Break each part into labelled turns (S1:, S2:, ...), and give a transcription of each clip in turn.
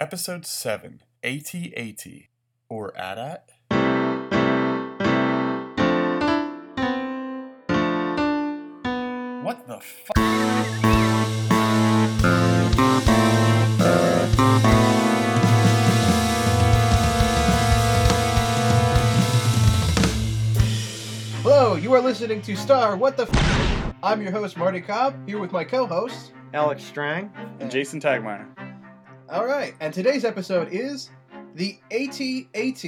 S1: Episode 7 8080 or ADAT. What the fuck?
S2: Hello, you are listening to Star What the F. I'm your host, Marty Cobb, here with my co host.
S3: Alex Strang.
S1: And Jason Tagminer.
S2: All right, and today's episode is the AT-AT,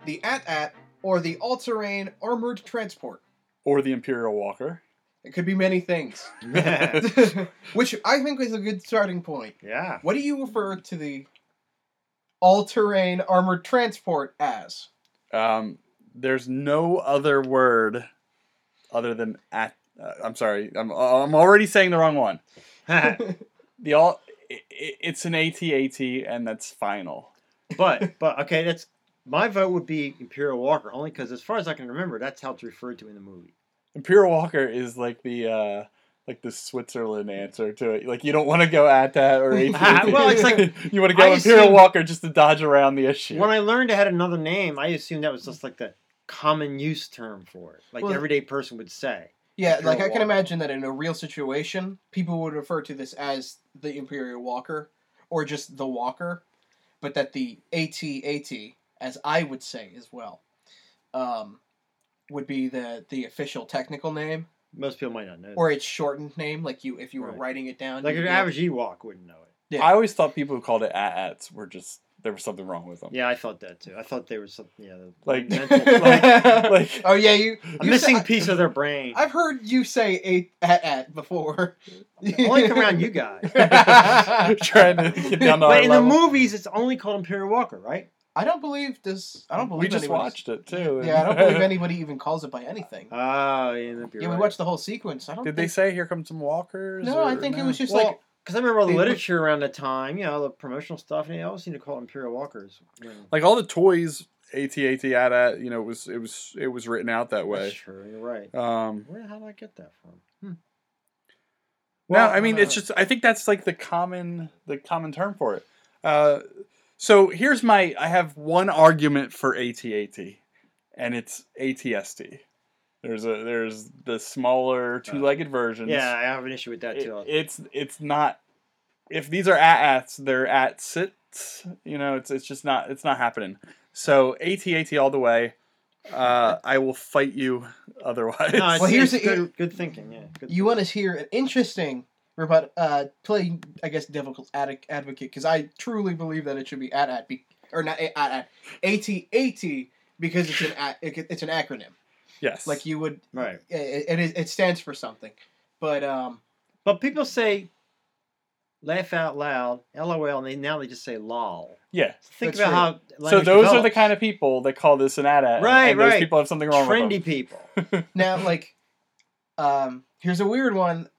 S2: the AT-AT, or the All Terrain Armored Transport.
S1: Or the Imperial Walker.
S2: It could be many things,
S3: yeah.
S2: which I think is a good starting point. What do you refer to the All Terrain Armored Transport as?
S1: Um, there's no other word other than at. Uh, I'm sorry. I'm, I'm already saying the wrong one. The all. i i it's an AT-AT and that's final.
S3: but but okay, that's my vote would be Imperial Walker only because as far as I can remember, that's how it's referred to in the movie.
S1: Imperial Walker is like the uh like the Switzerland answer to it. Like you don't want to go at that or AT.
S3: Well, it's like-
S1: you want to go
S3: I
S1: Imperial
S3: assume-
S1: Walker just to dodge around the issue.
S3: When I learned it had another name, I assumed that was just like the common use term for it, like
S2: Well-
S3: everyday person would say.
S2: Yeah, like I
S3: Imperial
S2: can
S3: Walker.
S2: imagine that in a real situation, people would refer to this as the Imperial Walker or just the Walker, but that the AT-AT, as I would say as well, um, would be the the official technical name
S3: Most people might not know.
S2: or its shortened name. Like you, if you were
S3: Right.
S2: writing it down,
S3: that. Like
S2: you'd
S3: an
S2: be
S3: average Ewok wouldn't know it.
S2: yeah.
S1: I always thought people who called it at-ats were just there was something wrong with them.
S3: Yeah, I thought that too. I thought they were something. Yeah, the
S1: Like-
S3: mental,
S1: Like
S2: oh yeah, you.
S3: a
S2: you
S3: missing
S2: Say,
S3: piece of their brain.
S2: I've heard you say eight at at before.
S3: only come around you guys.
S1: trying to get down to our
S3: But in the
S1: level.
S3: movies, it's only called Imperial Walker, right?
S2: I don't believe this. I don't believe
S1: we just
S2: anyone's-
S1: watched it too.
S2: Yeah, I don't believe anybody even calls it by anything.
S3: Ah, yeah, that'd be
S2: yeah, we
S3: right.
S2: watched the whole sequence. I don't.
S1: Did they
S2: think...
S1: say here come some walkers?
S2: No, I
S1: or
S2: think it
S1: no?
S2: was just
S3: Well,
S2: like
S3: Because I remember all the
S2: They look-
S3: literature around the time, you know, the promotional stuff, and they always seem to call it Imperial Walkers. you know.
S1: like all the toys AT-AT at-at, you know, it was it was it was written out that
S3: That's
S1: way.
S3: true, you're right.
S1: Um
S3: Where the hell did I get that from? Hmm.
S1: no, I mean it's
S3: uh,
S1: just I think that's like the common the common term for it. Uh, so here's my I have one argument for AT-AT, and it's ATST. There's a there's the smaller two legged versions.
S3: Uh, Yeah, I have an issue with that
S1: It-
S3: too.
S1: it's it's not if these are at ats they're at sits. You know, it's it's just not it's not happening. So AT-AT all the way. Uh, I will fight you otherwise.
S3: No, it's,
S2: Well, here's
S3: it's
S2: the-
S3: good, good thinking. Yeah, good
S2: you want to hear an interesting rebut, uh, play I guess devil's ad- advocate because I truly believe that it should be at at be, or not at at at at because it's an a- it- it's an acronym.
S1: yes.
S2: Like you would,
S3: thinking. right.
S2: it, it, is- it stands for something. But um,
S3: But people say, laugh out loud, LOL, and they, now they just say lol.
S1: yeah.
S3: Think
S2: That's
S3: about how.
S1: so
S3: language
S1: those are the
S3: develops.
S1: kind of people that call this an ad ad.
S3: Right,
S1: and those
S3: right.
S1: People have something wrong
S3: trendy
S1: with
S3: people.
S2: now like, um, here's a weird one.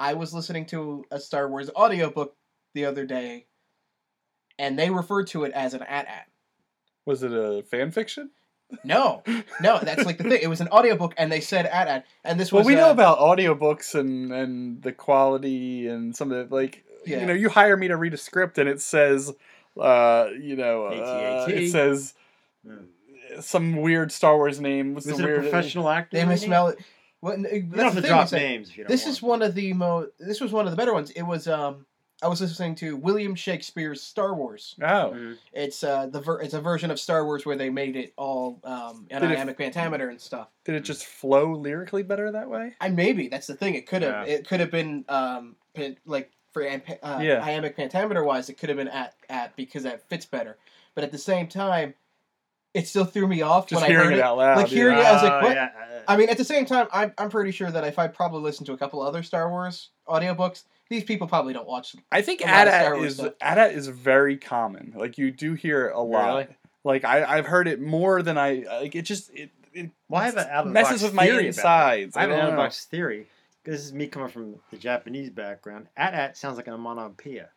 S2: I was listening to a Star Wars audiobook the other day, and they referred to it as an at at.
S1: them. Was it a fan fiction?
S2: No, no, that's like the thing. It was an audiobook, and they said at at, and this
S1: Well,
S2: was.
S1: we
S2: uh,
S1: know about audiobooks and and the quality and some of the like.
S2: Yeah.
S1: You know, you hire me to read a script and it says, uh, you know, uh,
S3: AT-AT.
S1: it says
S3: Mm.
S1: some weird Star Wars name. What's
S3: Is
S1: the
S3: it a
S1: weird?
S3: professional actor?
S2: They may
S3: reading?
S2: smell it. Well, n-
S3: You don't
S2: that's
S3: have
S2: the
S3: to
S2: thing.
S3: drop
S2: is that
S3: names if you don't
S2: This
S3: want
S2: is
S3: to.
S2: one of the mo. This was one of the better ones. It was. Um, I was listening to William Shakespeare's Star Wars.
S1: Oh,
S2: It's uh the ver- it's a version of Star Wars where they made it all um
S1: it-
S2: dynamic pentameter and stuff.
S1: did it just flow lyrically better that way?
S2: And maybe that's the thing. It could have
S3: Yeah.
S2: it could have been um pan- like for am- uh,
S1: Yeah.
S2: iambic pentameter wise, it could have been at at because that fits better. But at the same time, it still threw me off
S1: Just
S2: when I
S1: hearing
S2: heard
S1: it out loud.
S2: like
S1: yeah.
S2: hearing- I was like,
S3: Oh,
S2: what?
S3: yeah, uh,
S2: I mean, at the same time, I'm, I'm pretty sure that if I probably listened to a couple other Star Wars audiobooks, these people probably don't watch them.
S1: I think
S2: a lot of Star
S1: AT-AT
S2: Wars
S1: is
S2: stuff.
S1: AT-AT is very common. Like you do hear it a lot.
S3: Really?
S1: Like I, I've heard it more than I like. It just it, it
S3: Well, I have an out of the
S1: messes
S3: box
S1: with my
S3: theory about it.
S1: insides.
S3: I have an
S1: don't
S3: out of
S1: know.
S3: box theory. This is me coming from the Japanese background. At at sounds like an onomatopoeia.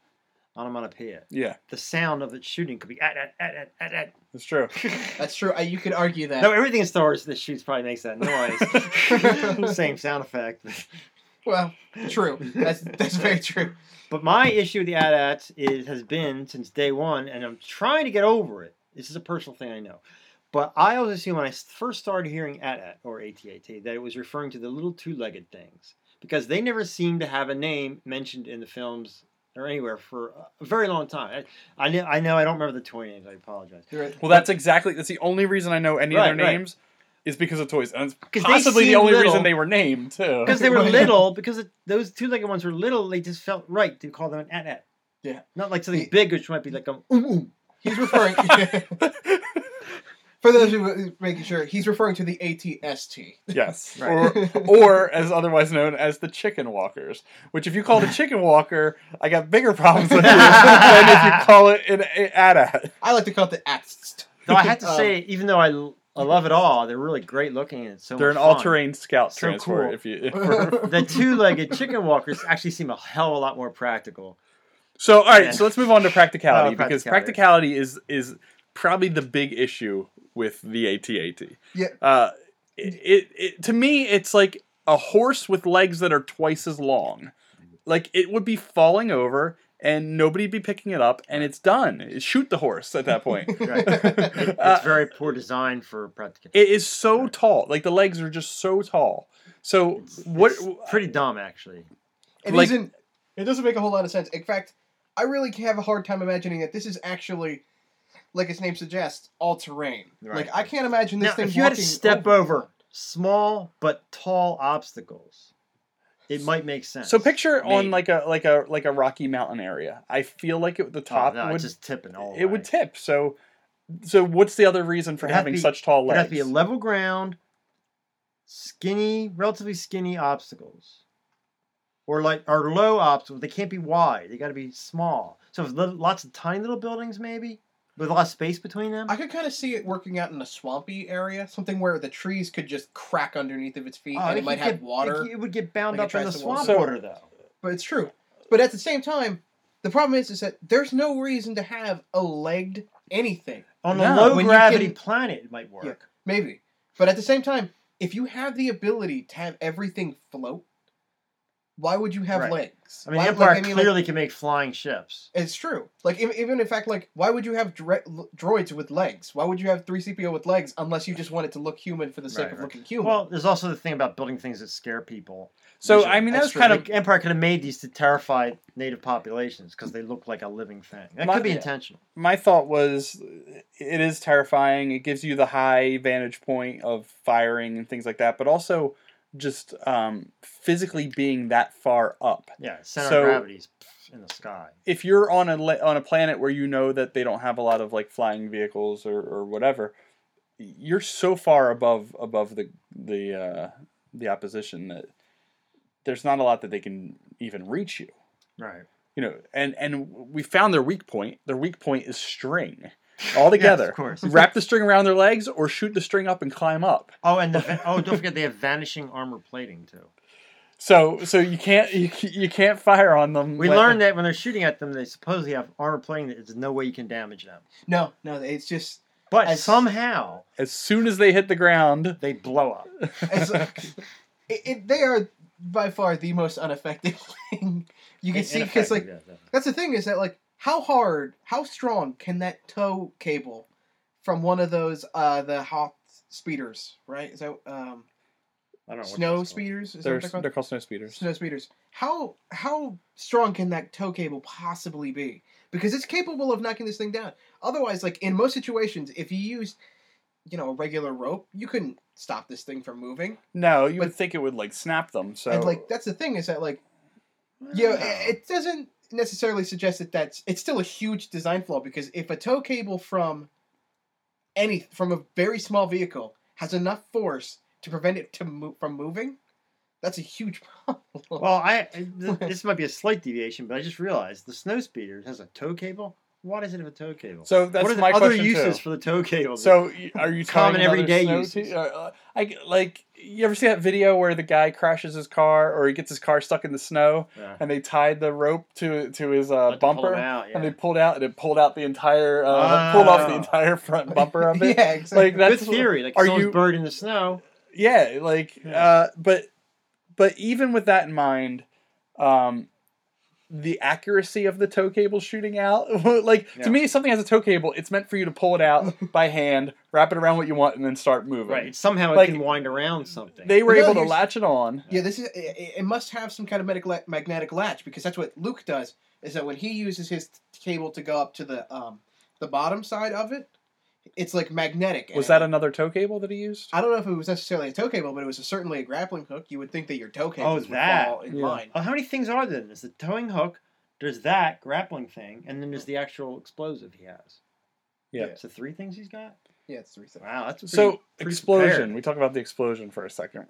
S3: Onomatopoeia.
S1: Yeah,
S3: The sound of it shooting could be at at at at at at.
S1: that's true.
S2: That's true. I, you could argue that.
S3: No, everything in Star Wars that shoots probably makes that noise. Same sound effect.
S2: Well, true. That's that's very true.
S3: But my issue with the AT-ATs is has been since day one, and I'm trying to get over it. This is a personal thing I know, but I always assumed when I first started hearing AT-AT or AT-AT that it was referring to the little two-legged things because they never seem to have a name mentioned in the films or anywhere for a very long time. I, I know I know I don't remember the toy names. I apologize.
S2: You're right.
S1: Well, that's exactly that's the only reason I know any
S3: Right,
S1: of their
S3: right.
S1: names is because of toys, and it's
S3: 'Cause they
S1: possibly the
S3: seem
S1: only
S3: little.
S1: reason they were named too.
S3: Because they were
S2: Right.
S3: little, because it, those two-legged ones were little, they just felt right to call them an at-at.
S2: Yeah.
S3: Not like something
S2: Yeah.
S3: big, which might be like a oom oom.
S2: He's referring for those who making sure he's referring to the ATST.
S1: yes,
S3: Right.
S1: or or as otherwise known as the chicken walkers. Which, if you call it a chicken walker, I got bigger problems with you than if you call it an AT-AT.
S2: I like to call it the ATST.
S3: Though I have to
S2: Um,
S3: say, even though I, l- I love it all, they're really great looking and it's so
S1: They're
S3: much
S1: an
S3: fun.
S1: all-terrain scout
S3: So
S1: transport.
S3: cool.
S1: If you if we're
S3: The two-legged chicken walkers actually seem a hell of a lot more practical.
S1: So all right,
S3: Yeah.
S1: so let's move on to practicality
S3: Oh,
S1: because
S3: practicality.
S1: practicality is is probably the big issue with the ATAT.
S2: Yeah.
S1: Uh, it, it, it to me it's like a horse with legs that are twice as long. Like it would be falling over and nobody'd be picking it up and it's done. Shoot the horse at that point.
S3: Right. It-
S1: Uh,
S3: it's very poor design for practical.
S1: it is so tall. Like the legs are just so tall. So
S3: It's-
S1: what
S3: it's pretty dumb, actually.
S2: It
S1: Like-
S2: not It doesn't make a whole lot of sense. In fact, I really have a hard time imagining that this is actually, like its name suggests, all terrain.
S3: Right.
S2: Like I can't imagine this
S3: Now,
S2: thing.
S3: if you had to
S2: walking oh.
S3: step over small but tall obstacles, it might make sense.
S1: so picture
S3: Maybe.
S1: on like a like a like a Rocky Mountain area. I feel like it, the
S3: Oh,
S1: top
S3: no, it's
S1: would
S3: just tipping all
S1: it would
S3: the way.
S1: tip. So, so what's the other reason for
S3: It'd have
S1: having
S3: to be-
S1: such tall
S3: It'd
S1: legs?
S3: have to be a level ground, skinny, relatively skinny obstacles, or like or low obstacles. They can't be wide. They got to be small. So if lo- lots of tiny little buildings, maybe with a lot of space between them.
S2: I could kind of see it working out in a swampy area, something where the trees could just crack underneath of its feet,
S3: Oh,
S2: and it
S3: could
S2: might have
S3: get-
S2: water.
S3: It, it would get bound
S2: like it
S3: up in the
S2: tries to walk.
S3: swamp
S1: So-
S3: water, though.
S2: But it's true. But at the same time, the problem is, is that there's no reason to have a legged anything.
S3: On
S1: No,
S3: a low
S2: when you
S3: gravity
S2: can-
S3: planet, it might work.
S2: Yeah. Maybe. But at the same time, if you have the ability to have everything float, why would you have
S3: Right.
S2: legs?
S3: I mean,
S2: Why-
S3: the Empire
S2: like, I mean, like,
S3: clearly can make flying ships.
S2: it's true. Like ev- even in fact, like why would you have dre- l- droids with legs? Why would you have three CPO with legs unless you just want it to look human for the sake
S3: Right,
S2: of
S3: right.
S2: looking human?
S3: Well, there's also the thing about building things that scare people.
S1: so
S3: Usually.
S1: I mean, that's
S2: That's
S1: kind
S2: true.
S1: of
S3: Like, Empire could have made these to terrify native populations because they look like a living thing. That
S1: My-
S3: could be
S2: yeah.
S3: intentional.
S1: my thought was. It is terrifying. It gives you the high vantage point of firing and things like that, but also just um, physically being that far up.
S3: Yeah, center
S1: So-
S3: of gravity's in the sky.
S1: if you're on a le- on a planet where you know that they don't have a lot of like flying vehicles or, or whatever, you're so far above above the the uh, the opposition that there's not a lot that they can even reach you.
S3: Right.
S1: You know, and and we found their weak point. Their weak point is string. All
S3: Yes,
S1: together,
S3: of course.
S1: wrap the string around their legs or shoot the string up and climb up.
S3: oh, and the va- oh, don't forget they have vanishing armor plating too.
S1: So so you can't you, c- you can't fire on them.
S3: We learned that when they're shooting at them, they supposedly have armor plating that there's no way you can damage them.
S2: no, no, it's just
S3: But
S2: As-
S3: somehow
S1: as soon as they hit the ground.
S3: they blow up.
S2: It's like, it, it, they are by far the most unaffected thing you can
S3: In-
S2: see
S3: in
S2: because like
S3: effect, yeah, yeah.
S2: that's the thing is that like how hard how strong can that tow cable from one of those uh the hot speeders right is that um
S3: I don't know what
S2: snow
S3: that's called.
S2: speeders is that
S1: They're,
S2: what they're called?
S1: they're called snow speeders.
S2: snow speeders how how strong can that tow cable possibly be because it's capable of knocking this thing down otherwise like in most situations if you used you know a regular rope you couldn't stop this thing from moving
S1: No, you
S2: But-
S1: would think it would like snap them. So
S2: and like that's the thing is that like you know, it it doesn't necessarily suggest that that's it's still a huge design flaw because if a tow cable from any from a very small vehicle has enough force to prevent it to move from moving, that's a huge problem.
S3: Well, I I- th- this might be a slight deviation, but I just realized the snow speeder has a tow cable. Why does it have a tow cable?
S1: so that's
S3: what are the
S1: my
S3: other
S1: question
S3: uses
S1: too.
S3: for the tow cable?
S1: So y- are you
S3: Common
S1: telling another
S3: everyday
S1: snow
S3: uses.
S1: te- uh, uh, I like you ever see that video where the guy crashes his car or he gets his car stuck in the snow
S3: Yeah.
S1: and they tied the rope to to his
S3: Let
S1: uh,
S3: them pull them
S1: bumper
S3: out,
S1: and
S3: yeah.
S1: they pulled out and it pulled out the entire uh, pulled off the
S3: Oh.
S1: entire front bumper of it.
S2: yeah, exactly.
S1: Like that's
S3: Good theory. Like
S1: are
S3: someone's
S1: you-
S3: buried in the snow.
S1: yeah, like
S3: Yeah.
S1: uh, but But even with that in mind, um, the accuracy of the tow cable shooting out, like
S3: Yeah.
S1: to me, if something has a tow cable, it's meant for you to pull it out by hand, wrap it around what you want, and then start moving.
S3: Right. Somehow
S1: Like,
S3: it can wind around something.
S1: They were
S2: No,
S1: able to
S2: here's-
S1: latch it on.
S2: Yeah, this is it, it it must have some kind of medic- magnetic latch because that's what Luke does. Is that when he uses his t- cable to go up to the um, the bottom side of it, it's like magnetic. and
S1: Was
S2: it-
S1: that another tow cable that he used?
S2: I don't know if it was necessarily a tow cable, but it was certainly a grappling hook. You would think that your tow
S1: Oh,
S2: cables would
S3: that.
S2: fall in
S1: Yeah.
S2: line.
S3: Oh, how many things are there? There's the towing hook. There's that grappling thing, and then there's the actual explosive he has.
S1: Yeah.
S3: So three things he's got.
S2: Yeah, it's three things.
S3: Wow, that's pretty,
S1: So
S3: pretty
S1: explosion.
S3: prepared.
S1: We talk about the explosion for a second.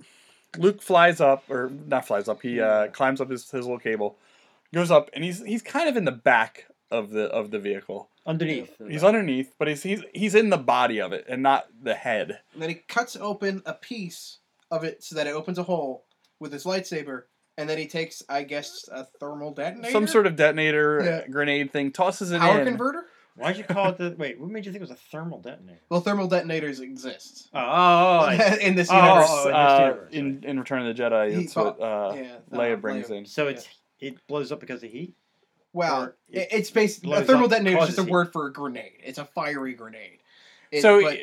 S1: Luke flies up, or not flies up. He uh,
S3: Mm.
S1: climbs up his, his little cable, goes up, and he's he's kind of in the back of the of the vehicle.
S3: underneath.
S1: He's underneath, but he's he's he's in the body of it and not the head.
S2: And then he cuts open a piece of it so that it opens a hole with his lightsaber, and then he takes, I guess, a thermal detonator,
S1: Some sort of detonator
S2: Yeah.
S1: grenade thing tosses it
S2: power
S1: in.
S2: converter.
S3: Why'd you call it the? Wait, what made you think it was a thermal detonator?
S2: Well, thermal detonators exist
S3: Oh, oh, oh, I-
S2: in this
S3: Oh,
S1: Yes,
S2: universe.
S3: oh, in this
S1: uh,
S3: universe,
S1: in, in Return of the Jedi,
S2: He
S1: that's
S2: fought-
S1: what uh,
S2: yeah,
S1: Leia brings in.
S3: so it's it blows up because of heat.
S2: Wow.
S3: Or
S2: It-
S3: it
S2: it's basically a
S3: blows
S2: thermal
S3: up,
S2: detonator is just a
S3: causes heat.
S2: word for a grenade. It's a fiery grenade. It-
S1: so
S2: but-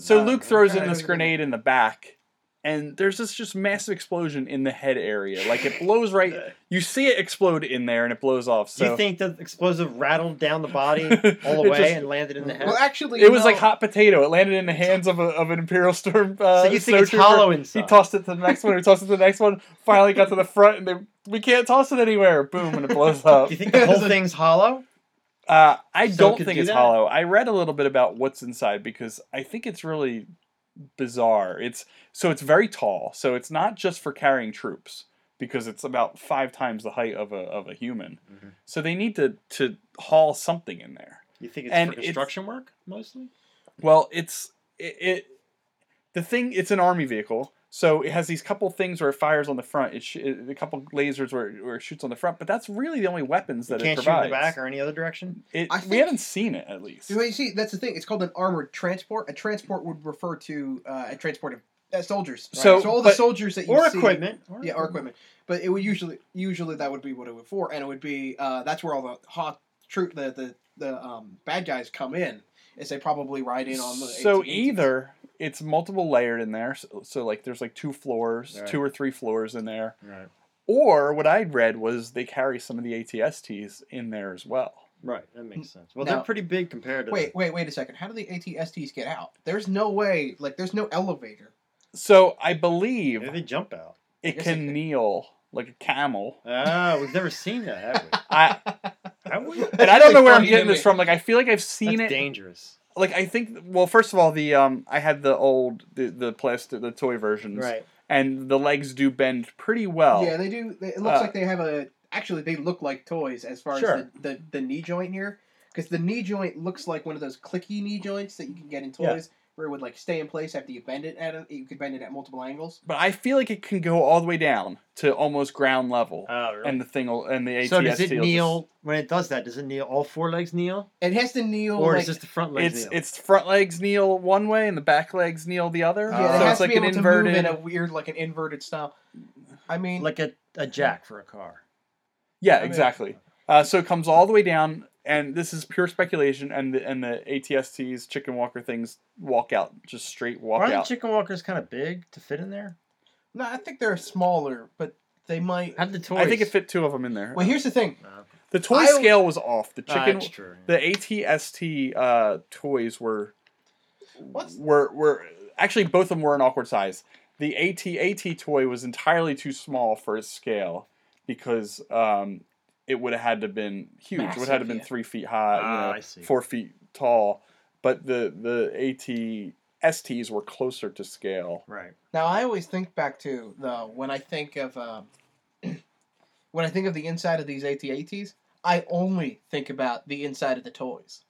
S1: so
S3: Uh,
S1: Luke throws in
S2: okay.
S1: this grenade in the back, and there's this just massive explosion in the head area. Like it blows right. You see it explode in there, and it blows off.
S3: Do
S1: So
S3: you think the explosive rattled down the body all the
S1: It
S3: way
S1: just-
S3: and landed in the head?
S2: well, actually,
S1: it was
S2: no.
S1: like hot potato. It landed in the hands of, a, of an Imperial Storm. Uh,
S3: so you think it's
S1: snowtrooper.
S3: hollow inside?
S1: He tossed it to the next one. He tossed it to the next one. Finally got to the front, and they we can't toss it anywhere. Boom, and it blows
S3: Do
S1: up.
S3: you think the whole thing's hollow?
S1: Uh, I
S3: So
S1: don't
S3: could
S1: think
S3: do
S1: it's
S3: that?
S1: hollow. I read a little bit about what's inside because I think it's really bizarre. It's so it's very tall. So it's not just for carrying troops because it's about five times the height of a of a human.
S3: Mhm.
S1: So they need to to haul something in there.
S3: You think it's
S1: And
S3: for
S1: it's-
S3: construction work mostly?
S1: Well, it's it, it the thing. It's an army vehicle, so it has these couple things where it fires on the front. It, sh- it a couple lasers where it, where it shoots on the front, but that's really the only weapons that
S3: you can't
S1: it
S3: shoot
S1: provides.
S3: in the back or any other direction.
S1: It-
S2: I
S1: we
S2: think-
S1: haven't seen it at least.
S2: Well, you see, that's the thing. It's called an armored transport. A transport would refer to uh, a transport of uh, soldiers.
S1: So,
S2: so all the
S1: but-
S2: soldiers that you
S3: Or
S2: see,
S3: equipment.
S2: yeah, or equipment. But it would usually, usually that would be what it would for, and it would be uh, that's where all the hot troop, the the the um, bad guys come in, is they probably ride in on the.
S1: so
S2: 1880s.
S1: either it's multiple layered in there so, so like there's like two floors
S3: Right.
S1: two or three floors in there
S3: Right.
S1: or what i'd read was they carry some of the atsts in there as well
S3: Right. That makes sense. Well,
S2: Now-
S3: they're pretty big compared to.
S2: Wait, wait, wait a second. How do the ATSTs get out? There's no way. Like, there's no elevator.
S1: so i
S3: the-
S1: believe
S3: Maybe they jump out.
S1: it
S2: guess it
S1: can
S2: could.
S1: kneel like a camel
S3: Oh, we've never seen that, have we?
S1: I,
S3: Have we?
S1: and i don't know where i'm
S2: Funny to
S1: getting this
S2: me.
S1: from like i feel like i've seen
S3: That's
S1: it
S3: dangerous.
S1: like i think well first of all the um i had the old the, the plastic the toy versions
S3: Right.
S1: and the legs do bend pretty well
S2: Yeah, they do. They, it looks
S1: Uh,
S2: like they have a. Actually, they look like toys as far
S1: Sure.
S2: as the, the, the knee joint here, because the knee joint looks like one of those clicky knee joints that you can get in
S1: Yeah.
S2: toys, where it would like stay in place after you bend it at a, you could bend it at multiple angles.
S1: but i feel like it can go all the way down to almost ground level
S2: Uh,
S3: Oh, really?
S1: and the thing will, and the ATST
S3: so does it
S1: will
S3: kneel when it does that? Does it kneel all four legs kneel,
S2: It has to kneel
S3: or
S2: like
S3: is just the front
S1: Just,
S3: legs
S1: it's
S3: kneel?
S1: it's front legs kneel one way and the back legs kneel the other.
S2: yeah,
S3: Ah.
S2: it
S1: so
S2: has
S1: it's
S2: to
S1: like
S2: be
S1: an
S2: able to move
S1: inverted.
S2: in a weird like an inverted style. I mean,
S3: like a, a jack for a car.
S1: Yeah,
S2: mean-
S1: exactly. Uh, so it comes all the way down, and this is pure speculation. And the and the ATSTs chicken walker things walk out, just straight walk
S3: Aren't
S1: out.
S3: the chicken walkers kind of big to fit in there?
S2: no, I think they're smaller, but they might.
S3: Have the toys.
S1: I think it fit two of them in there.
S2: Well, here's the thing.
S3: No.
S1: the toy
S2: I-
S1: scale was off. The
S3: Ah,
S1: chicken,
S3: that's true.
S1: the uh, ATST uh, toys were
S2: What's
S1: were were actually both of them were an awkward size. The AT-AT toy was entirely too small for its scale because um, it would have had to been huge. it would have had to
S2: Massive,
S1: been
S2: yeah.
S1: three feet high,
S3: Ah,
S1: you know,
S3: I see.
S1: four feet tall. But the the AT-STs were closer to scale.
S3: Right.
S2: Now I always think back to though when I think of um, when I think of the inside of these AT-ATs, I only think about the inside of the toys.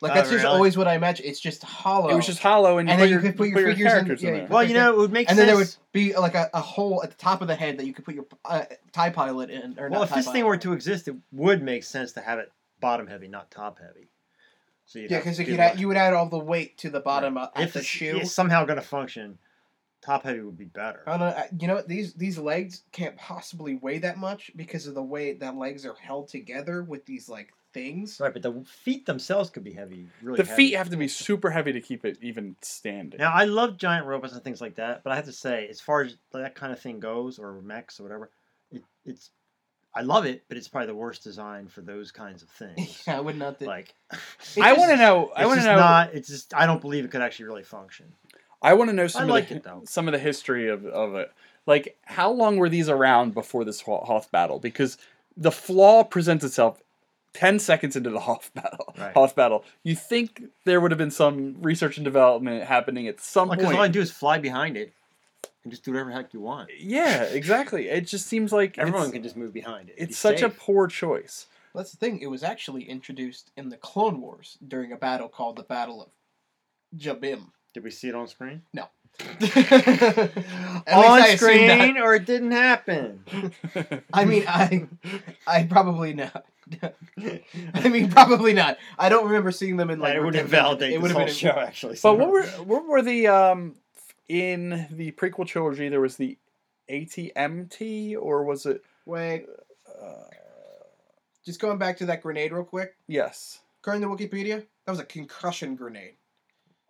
S2: Like
S3: Oh,
S2: that's just
S3: really?
S2: always what I imagine. It's just hollow.
S1: It was just hollow, and you,
S2: And
S1: put,
S2: then
S1: your, you put your,
S2: figures in-
S1: characters in,
S2: yeah, you
S1: there.
S2: put-
S3: Well, you know, it would make
S2: and then
S3: sense.
S2: there would be like a, a hole at the top of the head that you could put your uh, tie pilot in. Or
S3: well,
S2: not
S3: if
S2: tie
S3: this
S2: pilot.
S3: thing were to exist, it would make sense to have it bottom heavy, not top heavy. So you'd
S2: yeah,
S3: have to
S2: because
S3: do
S2: you
S3: that.
S2: you would add all the weight to the bottom uh,
S3: If
S2: at the
S3: it's-
S2: shoe.
S3: it's somehow going to function, Top heavy would be better.
S2: I don't know. I- You know what? These these legs can't possibly weigh that much because of the way that legs are held together with these like things.
S3: Right, but the feet themselves could be heavy. Really
S1: The
S3: heavy.
S1: feet have to be super heavy to keep it even standing.
S3: Now I love giant robots and things like that, but I have to say, as far as that kind of thing goes, or mechs or whatever, it, it's I love it, but it's probably the worst design for those kinds of things.
S2: I would not. think
S3: like,
S2: It
S1: I
S2: just-
S1: want to know. I
S3: it's
S1: want to
S3: just
S1: know.
S3: Not, it's just I don't believe it could actually really function.
S1: I want to know
S3: I
S1: some of
S3: like
S1: the,
S3: it though.
S1: some of the history of, of it. Like, how long were these around before this Ho- Hoth battle? Because the flaw presents itself ten seconds into the Hoth battle.
S3: Right.
S1: Hoth battle. You think there would have been some research and development happening at some
S3: Because
S1: point?
S3: all I do is fly behind it and just do whatever the heck you want.
S1: yeah, exactly. It just seems like it's-
S3: Everyone can just move behind it.
S1: It's such a poor choice.
S2: That's the thing. It was actually introduced in the Clone Wars during a battle called the Battle of Jabim.
S3: a. Did we see it on screen?
S2: At least I assume
S3: on
S2: not.
S3: screen, or it didn't happen.
S2: I mean, I, I probably not. I mean, probably not. I don't remember seeing them in like.
S3: it would
S2: rotating-
S3: invalidate
S2: It
S3: this
S2: would
S3: whole
S2: have been.
S3: show, actually.
S1: But what were what were the um in the prequel trilogy? There was the ATMT, or was it?
S2: Wait,
S1: Uh,
S2: just going back to that grenade real quick.
S1: yes.
S2: According to Wikipedia, that was a concussion grenade.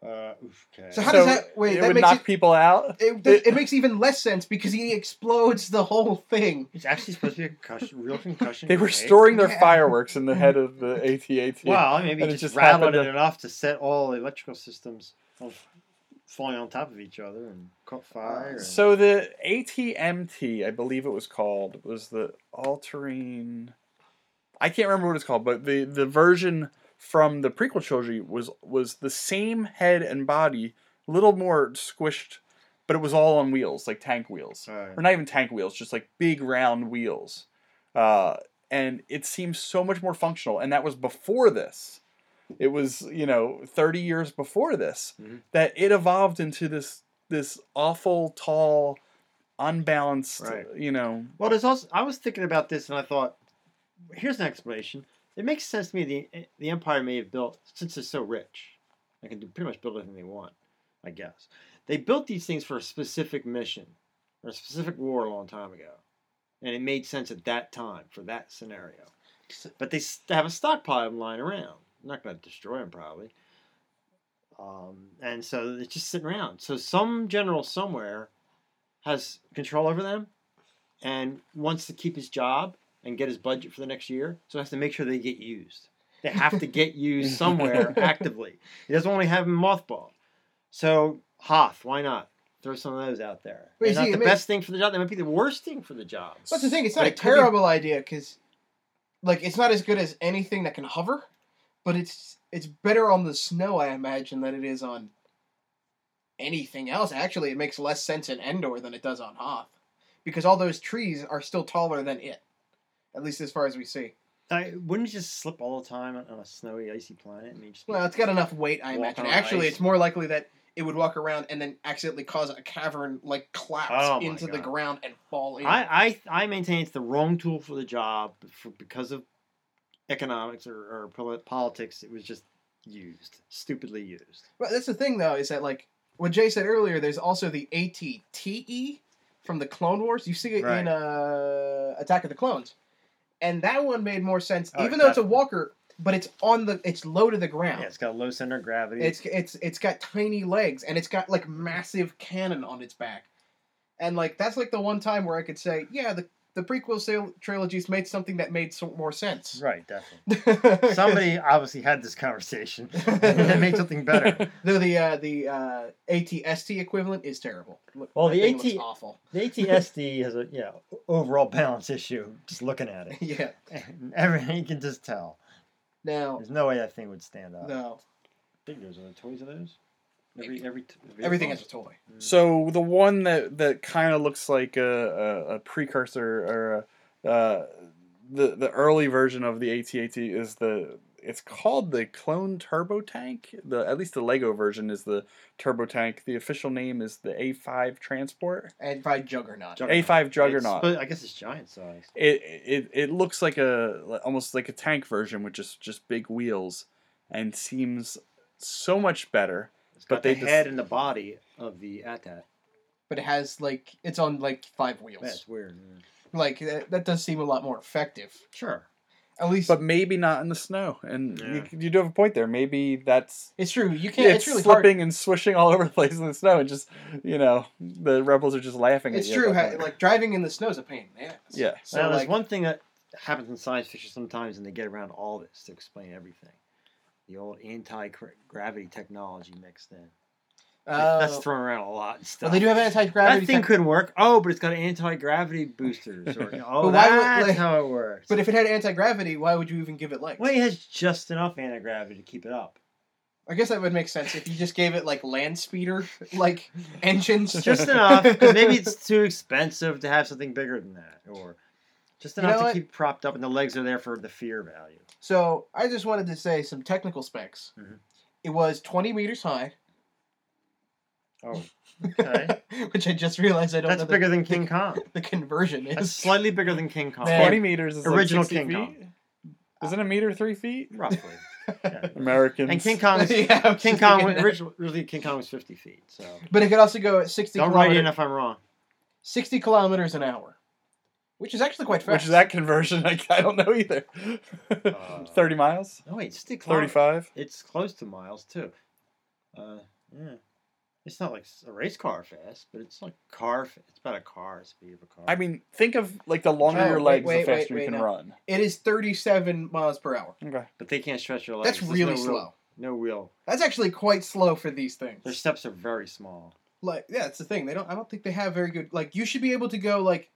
S3: Uh, okay.
S2: So how does that? Wait,
S1: it
S2: that
S1: would
S2: makes
S1: knock
S2: it.
S1: people out.
S2: It, it, it makes even less sense because he explodes the whole thing.
S3: It's actually supposed to be a concussion, real concussion.
S1: They were
S3: grenade.
S1: storing their
S2: Yeah.
S1: fireworks in the head of the ATAT.
S3: Well,
S1: And
S3: maybe it
S1: it
S3: just,
S1: just
S3: rattled
S1: happened to-
S3: it enough to set all electrical systems of falling on top of each other and caught fire. and-
S1: Uh, So the ATMT, I believe it was called, was the altering. I can't remember what it's called, but the the version from the prequel trilogy was was the same head and body, a little more squished, but it was all on wheels, like tank wheels
S3: Alright.
S1: or not even tank wheels, just like big round wheels. Uh, and it seems so much more functional. And that was before this. It was you know thirty years before this
S3: Mhm.
S1: that it evolved into this this awful tall, unbalanced
S3: Right.
S1: you know
S3: Well, there's also I was thinking about this and I thought, here's an explanation. It makes sense to me. The the empire may have built since they're so rich, they can do pretty much build anything they want. I guess they built these things for a specific mission or a specific war a long time ago, and it made sense at that time for that scenario. But they s- have a stockpile of 'em lying around. They're not going to destroy them probably. Um, and so it's just sitting around. So some general somewhere has control over them and wants to keep his job and get his budget for the next year, so has to make sure they get used. They have to get used somewhere actively. He doesn't want to have them mothballed. So Hoth, why not throw some of those out there?
S2: Wait,
S3: They're not
S2: see, it
S3: the
S2: makes-
S3: best thing for the job. They might be the worst thing for the job.
S2: That's the thing. It's
S3: But
S2: not a
S3: it could be-
S2: terrible idea because, like, it's not as good as anything that can hover, but it's it's better on the snow, I imagine, than it is on anything else. Actually, it makes less sense in Endor than it does on Hoth, because all those trees are still taller than it, at least as far as we see.
S3: I, wouldn't you just slip all the time on on a snowy, icy planet? I mean, just be-
S2: Well, it's got enough weight, I
S3: Walk
S2: imagine.
S3: on
S2: Actually,
S3: ice.
S2: it's more likely that it would walk around and then accidentally cause a cavern like collapse
S3: Oh my
S2: into the
S3: God.
S2: ground and fall in.
S3: I, I I maintain it's the wrong tool for the job for, because of economics or, or poli- politics. It was just used stupidly used.
S2: Well, that's the thing, though, is that like what Jay said earlier. There's also the ATTE E from the Clone Wars. You see it
S3: Right.
S2: in uh, Attack of the Clones, and that one made more sense,
S3: Oh,
S2: even though it's a
S3: definitely.
S2: walker. But it's on the it's low to the ground.
S3: Yeah, it's got low center of gravity.
S2: It's it's it's got tiny legs and it's got like massive cannon on its back, and like that's like the one time where I could say, yeah, the the prequel sal- trilogies made something that made so- more sense.
S3: right, definitely. Somebody obviously had this conversation and made something better.
S2: Though the uh, the uh, ATST equivalent is terrible. Look,
S3: Well,
S2: that
S3: the
S2: thing looks
S3: AT
S2: awful.
S3: The ATSD has a you know, overall balance issue. Just looking at it,
S2: yeah.
S3: and everything you can just tell.
S2: Now,
S3: There's no way that thing would stand up.
S2: no,
S3: I think those are the toys of those. Every every t-
S2: everything has a toy.
S1: So the one that that kind of looks like a, a, a precursor or a, uh, the the early version of the AT-AT is the it's called the clone turbo tank. The at least the Lego version is the turbo tank. The official name is the A5 transport.
S2: And by Juggernaut.
S3: Jug-
S1: A5
S3: It's
S1: juggernaut.
S3: supposed- I guess it's giant sized.
S1: it, it it looks like a like- almost like a tank version with just just big wheels and seems so much better.
S3: It's
S1: But
S3: got
S1: they
S3: the
S1: just-
S3: head and the body of the Atat.
S2: but it has like it's on like five wheels.
S3: That's weird. yeah.
S2: Like that, that does seem a lot more effective.
S3: Sure.
S2: At least
S1: but maybe not in the snow. And
S3: Yeah.
S1: you, you do have a point there. Maybe that's
S2: it's true. You
S1: yeah,
S2: can't.
S1: it's,
S2: It's, really hard.
S1: slipping and swishing all over the place in the snow, and just you know the rebels are just laughing.
S2: It's
S1: at you at
S2: true.
S1: that
S2: How,
S1: point.
S2: like driving in the snow is a pain in the ass.
S1: yeah,
S2: So
S3: now,
S2: like,
S3: there's one thing that happens in science fiction sometimes, and they get around all this to explain everything. The old anti gravity technology mixed in.
S2: uh,
S3: That's thrown around a lot and stuff.
S2: well, they do have anti
S3: that
S2: gravity.
S3: thing couldn't work. Oh, but it's got anti gravity boosters. Or, oh,
S2: But why would,
S3: that's
S2: like-
S3: how it works.
S2: but if it had anti gravity, why would you even give it legs?
S3: well, it has just enough anti gravity to keep it up.
S2: I guess that would make sense if you just gave it like land speeder like engines.
S1: It's
S3: Just enough. 'cause maybe it's too expensive to have something bigger than that, or just
S2: You
S3: enough
S2: know
S3: to
S2: what?
S3: keep propped up, and the legs are there for the fear value.
S2: So I just wanted to say some technical specs.
S3: Mhm.
S2: It was 20 meters high,
S3: Oh, okay.
S2: which I just realized I don't
S3: That's
S2: know the,
S3: bigger than King Kong.
S2: the conversion is.
S3: That's slightly bigger than King Kong.
S2: Man.
S1: twenty meters is
S3: Original
S1: original like 60
S3: King
S1: feet. Isn't a meter three feet?
S3: Roughly. Yeah.
S1: Americans.
S3: And King Kong,
S2: Yeah, I was
S3: King
S2: just
S3: Kong
S2: thinking that.
S3: originally, originally King Kong was fifty feet. So
S2: But it could also go at 60
S3: don't write in
S2: kilometers,
S3: if I'm wrong.
S2: 60 kilometers an hour, which is actually quite fast.
S1: Which is that conversion? I, I don't know either.
S3: Uh,
S1: Thirty miles,
S3: No wait, stick
S1: thirty-five.
S3: It's close to miles too. Uh, yeah, it's not like s- a race car fast, but it's like car. fa- It's about a car speed of a car.
S1: I mean, think of like the longer
S2: Oh,
S1: your
S2: wait,
S1: legs,
S2: wait,
S1: the
S2: wait,
S1: faster
S2: wait,
S1: you can
S2: no.
S1: run.
S2: It is 37 miles per hour.
S1: Okay.
S3: but they can't stretch their legs.
S2: That's
S3: There's
S2: really
S3: no real-
S2: slow.
S3: no real.
S2: That's actually quite slow for these things.
S3: Their steps are very small.
S2: like yeah, it's the thing. They don't. I don't think they have very good. Like you should be able to go like,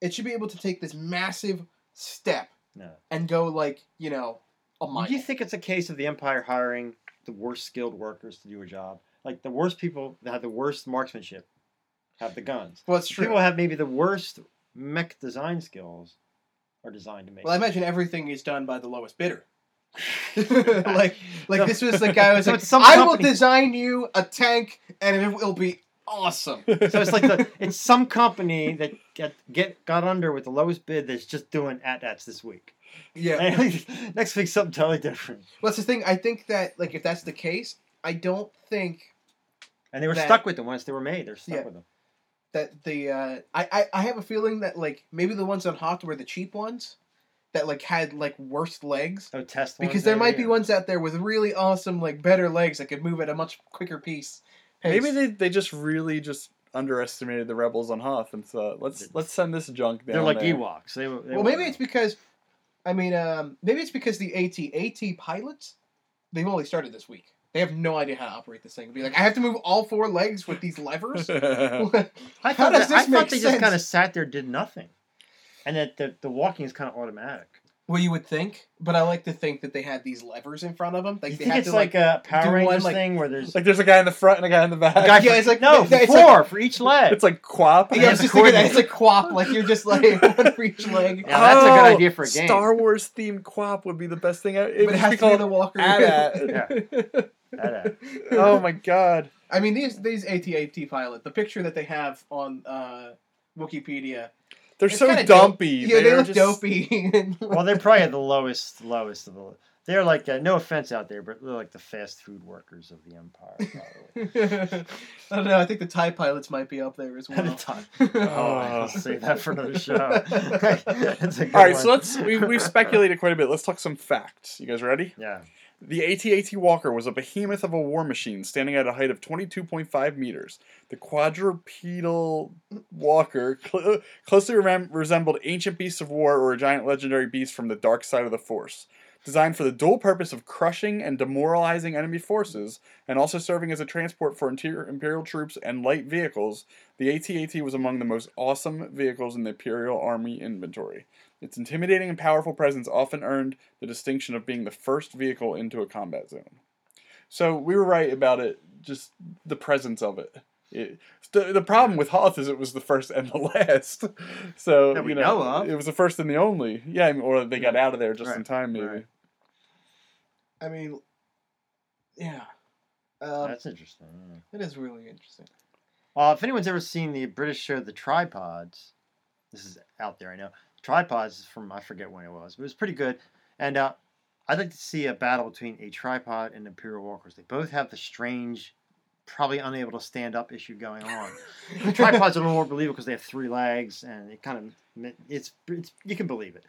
S2: it should be able to take this massive step
S3: No.
S2: and go like you know a mile.
S3: Do you think it's a case of the empire hiring the worst skilled workers to do a job? Like the worst people that have the worst marksmanship have the guns.
S2: well, it's true.
S3: People have maybe the worst mech design skills are designed to make.
S2: Well, I imagine everything is done by the lowest bidder. like, like this was the guy who was
S3: So
S2: like,
S3: it's some
S2: I will
S3: company-
S2: design you a tank and it will be awesome.
S3: so it's like the, it's some company that get, get got under with the lowest bid that's just doing at that's this week.
S2: Yeah.
S3: And Next week something totally different,
S2: Well, that's the thing. I think that like if that's the case, I don't think
S3: and they were
S2: That-
S3: stuck with them once they were made. They're stuck
S2: Yeah.
S3: with them.
S2: that the uh, I, I I have a feeling that like maybe the ones on Hoth were the cheap ones that like had like worse legs
S3: Oh, test ones
S2: because there might be
S3: maybe, or-
S2: ones out there with really awesome like better legs that could move at a much quicker pace. pace.
S1: Maybe they, they just really just underestimated the rebels on Hoth and thought let's let's send this junk down.
S3: They're like
S1: there.
S3: Ewoks. They, they
S2: well maybe it's because I mean um, maybe it's because the AT-AT pilots they've only started this week. They have no idea how to operate this thing. Be like I have to move all four legs with these levers.
S3: I
S2: How
S3: thought,
S2: does
S3: that- I
S2: this
S3: thought
S2: make
S3: they just
S2: sense?
S3: kind of sat there, did nothing, and that the, the walking is kind of automatic.
S2: well, you would think, but I like to think that they had these levers in front of them. Like
S3: you
S2: they
S3: think
S2: had
S3: it's
S2: to
S3: like, a
S2: do
S3: Power
S2: one,
S3: Rangers
S2: like-
S3: thing where there's
S1: like there's a guy in the front and a guy in the back.
S3: a guy
S2: yeah,
S3: for-
S2: it's like-
S3: no
S2: yeah, it's like-
S3: four for each leg.
S1: it's like quap.
S2: Yeah, it's
S3: And
S2: just like
S3: uh, coordinate.
S2: it's like quap, like you're just like one for each leg.
S3: Yeah, that's a good idea for a game.
S1: Oh, Star Wars themed quap would be the best thing. Ever. It
S2: but
S1: would
S2: it
S1: just
S2: has
S1: be
S2: to be the
S1: called
S2: walker.
S1: Adat.
S3: Da-da.
S1: oh my god.
S2: I mean, these these AT-AT pilot, the picture that they have on uh, Wikipedia,
S1: They're
S2: It's
S1: so
S2: kinda
S1: dumpy.
S2: dope. yeah,
S1: They're
S2: they look
S1: just-
S2: dopey.
S3: well, they're probably at the lowest, lowest of the. They're like uh, no offense out there, but they're like the fast food workers of the empire. Probably.
S2: I don't know. I think the Thai pilots might be up there as
S3: At a
S2: well.
S3: time.
S2: yeah,
S3: Oh, I'll save that for another show. It's a good
S1: All right,
S3: one.
S1: so let's we, we've speculated quite a bit. Let's talk some facts. You guys ready?
S3: Yeah.
S1: The AT-AT Walker was a behemoth of a war machine standing at a height of 22.5 meters. The quadrupedal Walker cl- closely rem- resembled ancient beasts of war or a giant legendary beast from the dark side of the Force. Designed for the dual purpose of crushing and demoralizing enemy forces, and also serving as a transport for interior Imperial troops and light vehicles, the AT-AT was among the most awesome vehicles in the Imperial Army inventory. Its intimidating and powerful presence often earned the distinction of being the first vehicle into a combat zone. So we were right about it, just the presence of it. It- the, the problem with Hoth is it was the first and the last. So
S3: That we
S1: you know,
S3: know of.
S1: it was the first and the only. Yeah, I mean, or they got out of there just in
S3: Right,
S1: time, maybe.
S3: right.
S2: I mean, yeah, um,
S3: That's interesting. yeah.
S2: it is really interesting.
S3: Uh, if anyone's ever seen the British show The Tripods, this is out there, I know. Tripods is from, I forget when it was, but it was pretty good. And uh, I'd like to see a battle between a tripod and Imperial Walkers. They both have the strange probably unable to stand up issue going on. The E tripod's a little more believable because they have three legs, and it kind of it's it's you can believe it.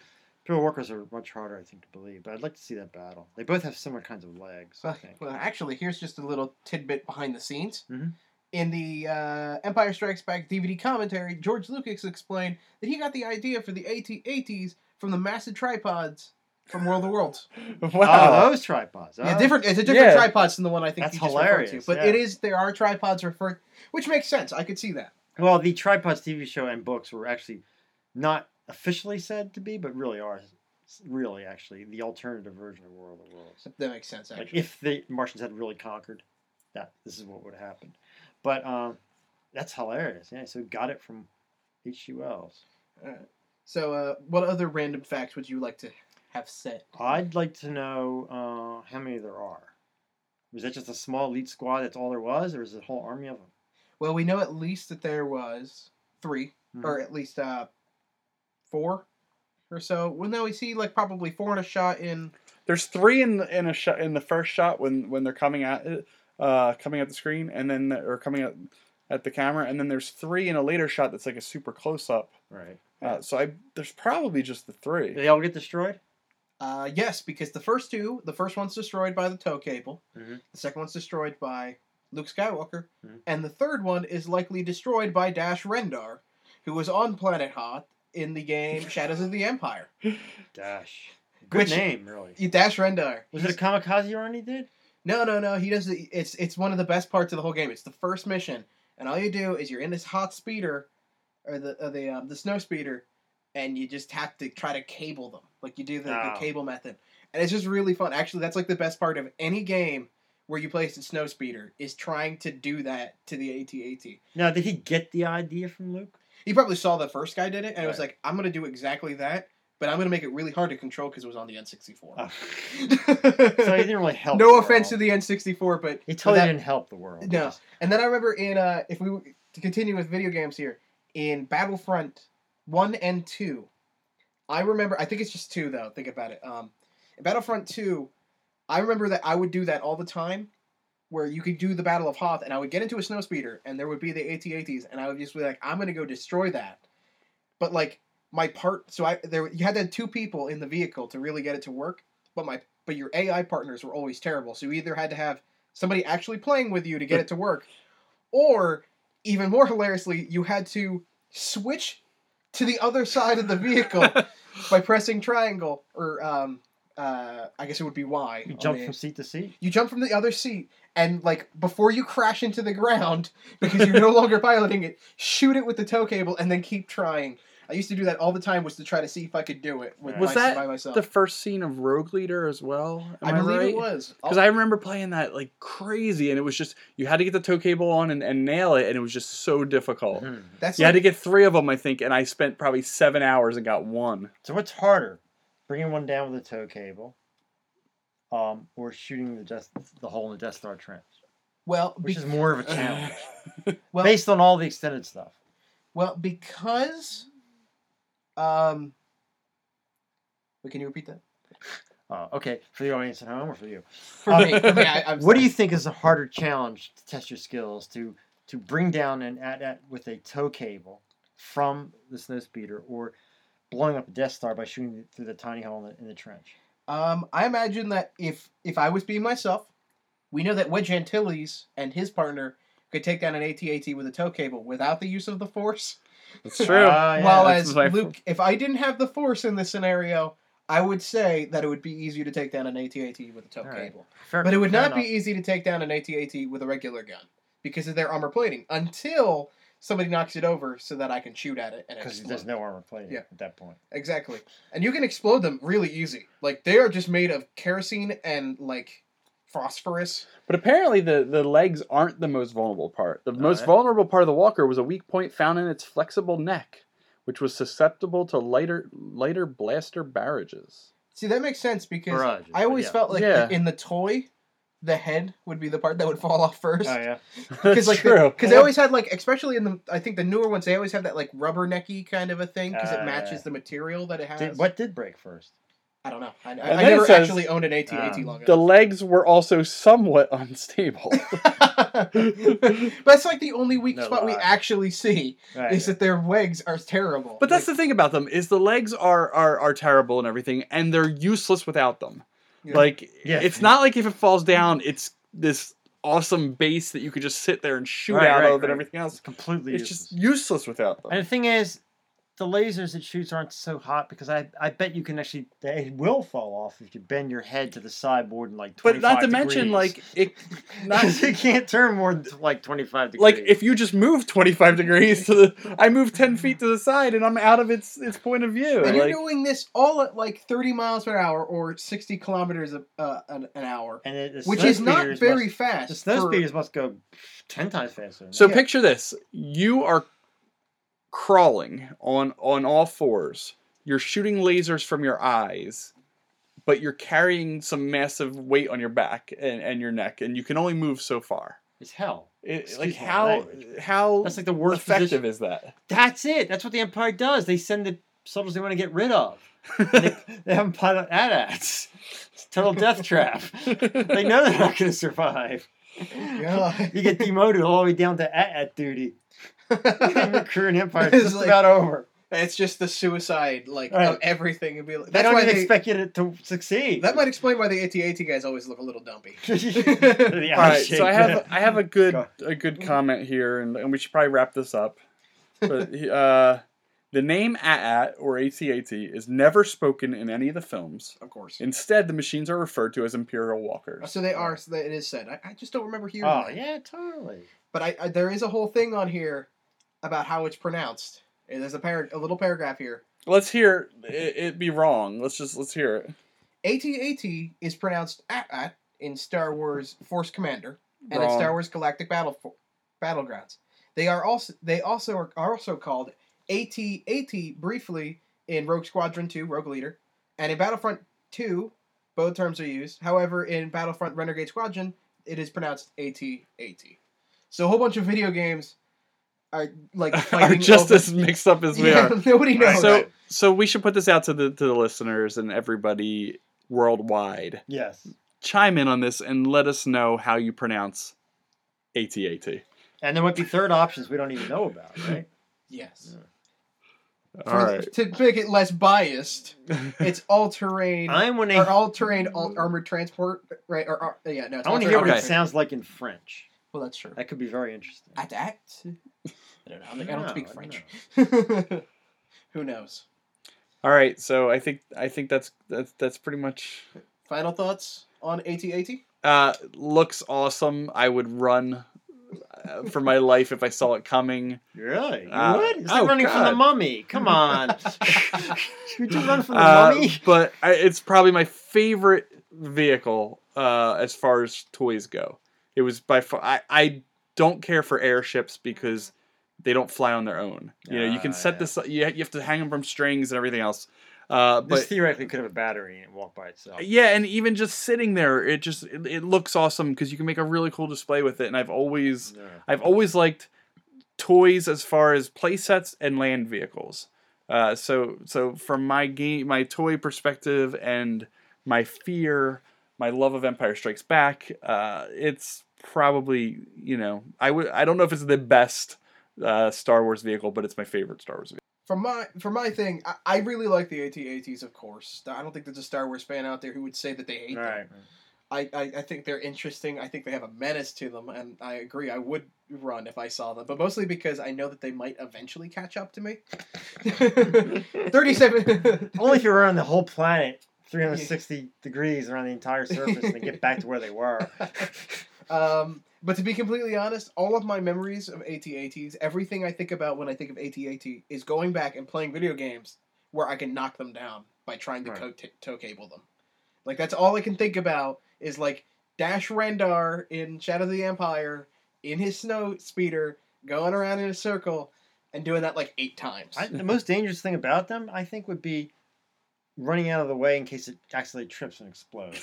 S3: Pure workers are much harder, I think, to believe, but I'd like to see that battle. They both have similar kinds of legs.
S2: Ah,
S3: I think.
S2: Well, actually, here's just a little tidbit behind the scenes.
S3: Mhm.
S2: In the uh, Empire Strikes Back DVD commentary, George Lucas explained that he got the idea for the AT-ATs from the massive tripods from World of Worlds.
S3: Oh,
S2: Uh-huh.
S1: Wow.
S3: those tripods.
S2: yeah,
S3: Oh,
S2: different. It's a different
S1: yeah.
S2: tripods than the one I think
S3: That's
S2: you just referred to.
S3: hilarious,
S2: But
S3: yeah.
S2: it is there are tripods referred, which makes sense. I could see that.
S3: Well, the tripods TV show and books were actually not officially said to be, but really are. Really, actually, the alternative version of World of Worlds.
S2: That makes sense.
S3: Like
S2: Actually,
S3: if the Martians had really conquered, that this is what would happen. But um, that's hilarious. Yeah, so got it from H.G. Wells.
S2: so uh, what other random facts would you like to have said?
S3: I'd like to know uh, how many there are. Was that just a small elite squad? That's all there was, or is it a whole army of them?
S2: Well, we know at least that there was 3
S3: Mhm.
S2: or at least uh, four or so. Well, no, we see like probably four in a shot in.
S1: There's three in the, in a shot in the first shot when when they're coming at it, uh, coming at the screen, and then or coming at at the camera, and then there's three in a later shot that's like a super close up.
S3: Right.
S1: Uh, so I there's probably just the three.
S3: They all get destroyed.
S2: Uh, yes, because the first two, the first one's destroyed by the tow cable,
S3: Mhm.
S2: the second one's destroyed by Luke Skywalker,
S3: Mhm.
S2: and the third one is likely destroyed by Dash Rendar, who was on Planet Hoth in the game Shadows of the Empire.
S3: Dash. Good
S2: Which-
S3: name, really.
S2: Dash Rendar.
S3: Was it a kamikaze run he did?
S2: No, no, no. He does. The, it's it's one of the best parts of the whole game. It's the first mission, and all you do is you're in this hot speeder, or the or the um, the snow speeder, and you just have to try to cable them. Like you do the,
S3: Oh.
S2: the cable method, and it's just really fun. Actually, that's like the best part of any game where you play as a snow speeder is trying to do that to the AT-AT.
S3: Now, did he get the idea from Luke?
S2: He probably saw the first guy did it, and it was
S3: Right.
S2: like, I'm gonna do exactly that, but I'm gonna make it really hard to control because it was on the N64.
S3: Oh. So he didn't really help.
S2: no offense to
S3: world.
S2: the N64, but
S3: He
S2: but
S3: totally
S2: that-
S3: didn't help the world. He
S2: No.
S3: just-
S2: And then I remember in uh, if we to continue with video games here in Battlefront one and two, I remember I think it's just two though. Think about it. Um, in Battlefront two, I remember that I would do that all the time, where you could do the Battle of Hoth, and I would get into a snowspeeder, and there would be the AT-ATs, and I would just be like, I'm gonna go destroy that. But like my part, so I there you had to have two people in the vehicle to really get it to work. But my but your AI partners were always terrible, so you either had to have somebody actually playing with you to get it to work, or even more hilariously, you had to switch to the other side of the vehicle by pressing triangle or um, uh, I guess it would be Y.
S3: He
S2: on
S3: jumped
S2: the-
S3: from seat to seat.
S2: you jump from the other seat and like before you crash into the ground because you're no longer piloting it shoot it with the tow cable and then keep trying i used to do that all the time was to try to see if i could do it with
S1: Was
S2: my,
S1: that
S2: by myself
S1: The first scene of Rogue Leader as well.
S2: i
S1: Am
S2: believe
S1: right?
S2: it was Oh,
S1: Because I remember playing that like crazy, and it was just you had to get the tow cable on and, and nail it, and it was just so
S3: Oh.
S1: difficult.
S3: Hmm.
S2: that's
S1: You had
S2: like,
S1: to get three of them, I think, and I spent probably seven hours and got one.
S3: So what's harder, bringing one down with a tow cable, um, or shooting the death, the hole in the Death Star trench,
S2: well
S3: which
S2: be-
S3: is more of a challenge
S2: well,
S3: based on all the extended stuff.
S2: well because um wait, can you repeat that
S3: Uh, okay, for the audience at home or for you,
S2: for me, for me I, I'm
S3: what do
S2: sorry.
S3: you think is a harder challenge to test your skills to to bring down an at at with a tow cable from the snowspeeder or blowing up a Death Star by shooting through the tiny hole in the, in the trench?
S2: Um, I imagine that if if I was being myself, we know that Wedge Antilles and his partner could take down an AT-AT with a tow cable without the use of the Force.
S1: That's
S3: Ah, yeah.
S2: While
S1: that's
S2: as
S1: my-
S2: Luke, if I didn't have the Force in this scenario, I would say that it would be easier to take down an AT-AT with a tow
S3: All right.
S2: cable,
S3: Fair-
S2: but it would
S3: fair
S2: not
S3: enough.
S2: be easy to take down an AT-AT with a regular gun because of their armor plating until somebody knocks it over so that I can shoot at it and
S3: because
S2: explode.
S3: there's no armor plating
S2: Yeah.
S3: at that point.
S2: Exactly. And you can explode them really easy. Like they are just made of kerosene and like phosphorus.
S1: But apparently, the, the legs aren't the most vulnerable part. The most
S3: right.
S1: vulnerable part of the walker was a weak point found in its flexible neck, which was susceptible to lighter lighter blaster barrages.
S2: See, that makes sense because
S3: Barrages,
S2: I always
S3: yeah.
S2: felt like
S1: Yeah.
S2: in the toy, the head would be the part that would fall off first.
S3: Oh yeah.
S1: That's
S2: like
S1: true.
S2: Because they always had like, especially in the, I think the newer ones, they always have that like rubbernecky kind of a thing because
S3: Uh,
S2: it matches the material that it has.
S3: Did, what did break first?
S2: I don't know. I, I,
S1: then
S2: I
S1: it
S2: never
S1: says,
S2: actually owned an AT-AT
S3: uh,
S2: long
S1: The
S2: enough.
S1: legs were also somewhat unstable.
S2: but that's like the only weak
S3: No
S2: spot we
S3: lie.
S2: actually see
S3: Right.
S2: is that their legs are terrible.
S1: but that's
S2: Like,
S1: the thing about them is the legs are are, are terrible and everything, and they're useless without them.
S2: Yeah.
S1: Like
S3: Yeah.
S1: it's not like if it falls down, it's this awesome base that you could just sit there and shoot
S3: Right,
S1: out
S3: right,
S1: of
S3: right.
S1: and everything else.
S3: It's completely.
S1: It's
S3: useless.
S1: just useless without them.
S3: And the thing is, the lasers it shoots aren't so hot because I, I bet you can actually it will fall off if you bend your head to the side more than like
S1: but
S3: 25
S1: not to mention,
S3: degrees.
S1: like it, not
S3: 'Cause you can't turn more than like 25 degrees.
S1: like if you just move 25 degrees to the i move 10 feet to the side and i'm out of its its point of view
S2: and
S1: like,
S2: you're doing this all at like 30 miles per hour or 60 kilometers a, uh, an, an hour,
S3: and it, the
S2: which
S3: snow
S2: is not
S3: speeders
S2: very
S3: must,
S2: fast.
S3: the snow
S2: for-
S3: speeders must go 10 times faster. than
S1: so
S3: that.
S2: Yeah.
S1: picture this you are crawling on on all fours you're shooting lasers from your eyes but you're carrying some massive weight on your back and, and your neck and you can only move so far
S3: it's hell.
S1: it,
S3: Excuse
S1: like
S3: my
S1: how
S3: language.
S1: how
S3: That's like the worst
S1: effective
S3: position.
S1: is that
S3: That's it. That's what the empire does. They send the soldiers they want to get rid of. they, they have them pilot AT-ATs. It's a total death trap. they know they're not going to survive.
S2: God.
S3: You get demoted all the way down to at duty. Your career in Empire is
S2: It's
S3: just
S2: like-
S3: about over.
S2: It's just the suicide, like of
S3: Right.
S2: everything.
S3: everything.
S2: It'd be like,
S3: They
S2: that's
S3: don't
S2: why
S3: even
S2: they,
S3: expect you to, to succeed.
S2: that might explain why the AT-AT guys always look a little dumpy.
S3: The
S1: All right,
S3: eye-shaped-
S1: so I have I have a good
S3: Go.
S1: a good comment here, and, and we should probably wrap this up. But he- uh, the name AT-AT or ATAT is never spoken in any of the films.
S2: Of course. Uh,
S1: Instead, the machines are referred to as Imperial Walkers.
S2: So they are. So that it is said. I, I just don't remember hearing.
S3: Oh
S2: that.
S3: yeah, totally.
S2: But I, I there is a whole thing on here about how it's pronounced. And There's a par- a little paragraph here.
S1: Let's hear it, it be wrong. Let's just let's hear it.
S2: AT-AT is pronounced at in Star Wars Force Commander and in
S1: Wrong.
S2: Star Wars Galactic Battle Fo- Battlegrounds. They are also they also are, are also called AT-AT briefly in Rogue Squadron 2 Rogue Leader and in Battlefront 2 both terms are used. However, in Battlefront Renegade Squadron it is pronounced AT-AT. So a whole bunch of video games are like
S1: Are
S2: fighting
S1: just
S2: over-
S1: as mixed up as we
S2: Yeah,
S1: are.
S2: Nobody knows.
S1: So so we should put this out to the to the listeners and everybody worldwide.
S3: Yes.
S1: Chime in on this and let us know how you pronounce ATAT.
S3: And there might be third options we don't even know about, right?
S2: yes.
S1: All
S2: For-
S1: right.
S2: To make it less biased, it's all terrain
S3: I want
S2: or
S3: to.
S2: all terrain all, armored transport. Right or, ar- yeah, no. It's
S3: I want to
S2: all-terrain
S3: hear what
S1: Okay.
S3: it sounds like in French.
S2: Well, that's true.
S3: That could be very interesting.
S2: At that, I don't know. I'm like, I don't
S3: No,
S2: speak
S3: I
S2: French. Who knows?
S1: All right, so I think I think that's that's that's pretty much
S2: Final thoughts on AT-AT?
S1: uh looks awesome. I would run uh, for my life if I saw it coming.
S3: Really? You
S1: Uh,
S3: would? It's
S1: oh,
S3: like running from the
S1: God.
S3: mummy. Come on. Would you run from the
S1: Uh,
S3: mummy?
S1: but I, it's probably my favorite vehicle uh as far as toys go. It was by far I I don't care for airships because they don't fly on their own. You know, you
S3: Ah,
S1: can set
S3: yeah.
S1: this you ha- you have to hang them from strings and everything else. Uh
S3: This
S1: but
S3: theoretically could have a battery and walk by
S2: Uh,
S3: itself.
S1: Uh, yeah and even just sitting there it just it, it looks awesome because you can make a really cool display with it and i've always
S3: Yeah.
S1: i've always liked toys as far as play sets and land vehicles uh, so so from my game my toy perspective and my fear my love of empire strikes back uh, it's probably you know i would i don't know if it's the best uh, star wars vehicle but it's my favorite star wars vehicle
S2: From my from my thing, I, I really like the AT-ATs. Of course, I don't think there's a Star Wars fan out there who would say that they hate them.
S3: Right.
S2: I, I, I think they're interesting. I think they have a menace to them, and I agree. I would run if I saw them, but mostly because I know that they might eventually catch up to me. Thirty-seven.
S3: Only if you run the whole planet 360 degrees around the entire surface and then get back to where they were.
S2: um, but to be completely honest, all of my memories of AT-ATs, everything I think about when I think of AT-AT, is going back and playing video games where I can knock them down by trying to
S3: Right.
S2: co- t- toe cable them. Like that's all I can think about is like Dash Rendar in Shadow of the Empire in his snow speeder going around in a circle and doing that like eight times.
S3: I, the most dangerous thing about them, I think, would be running out of the way in case it accidentally trips and explodes.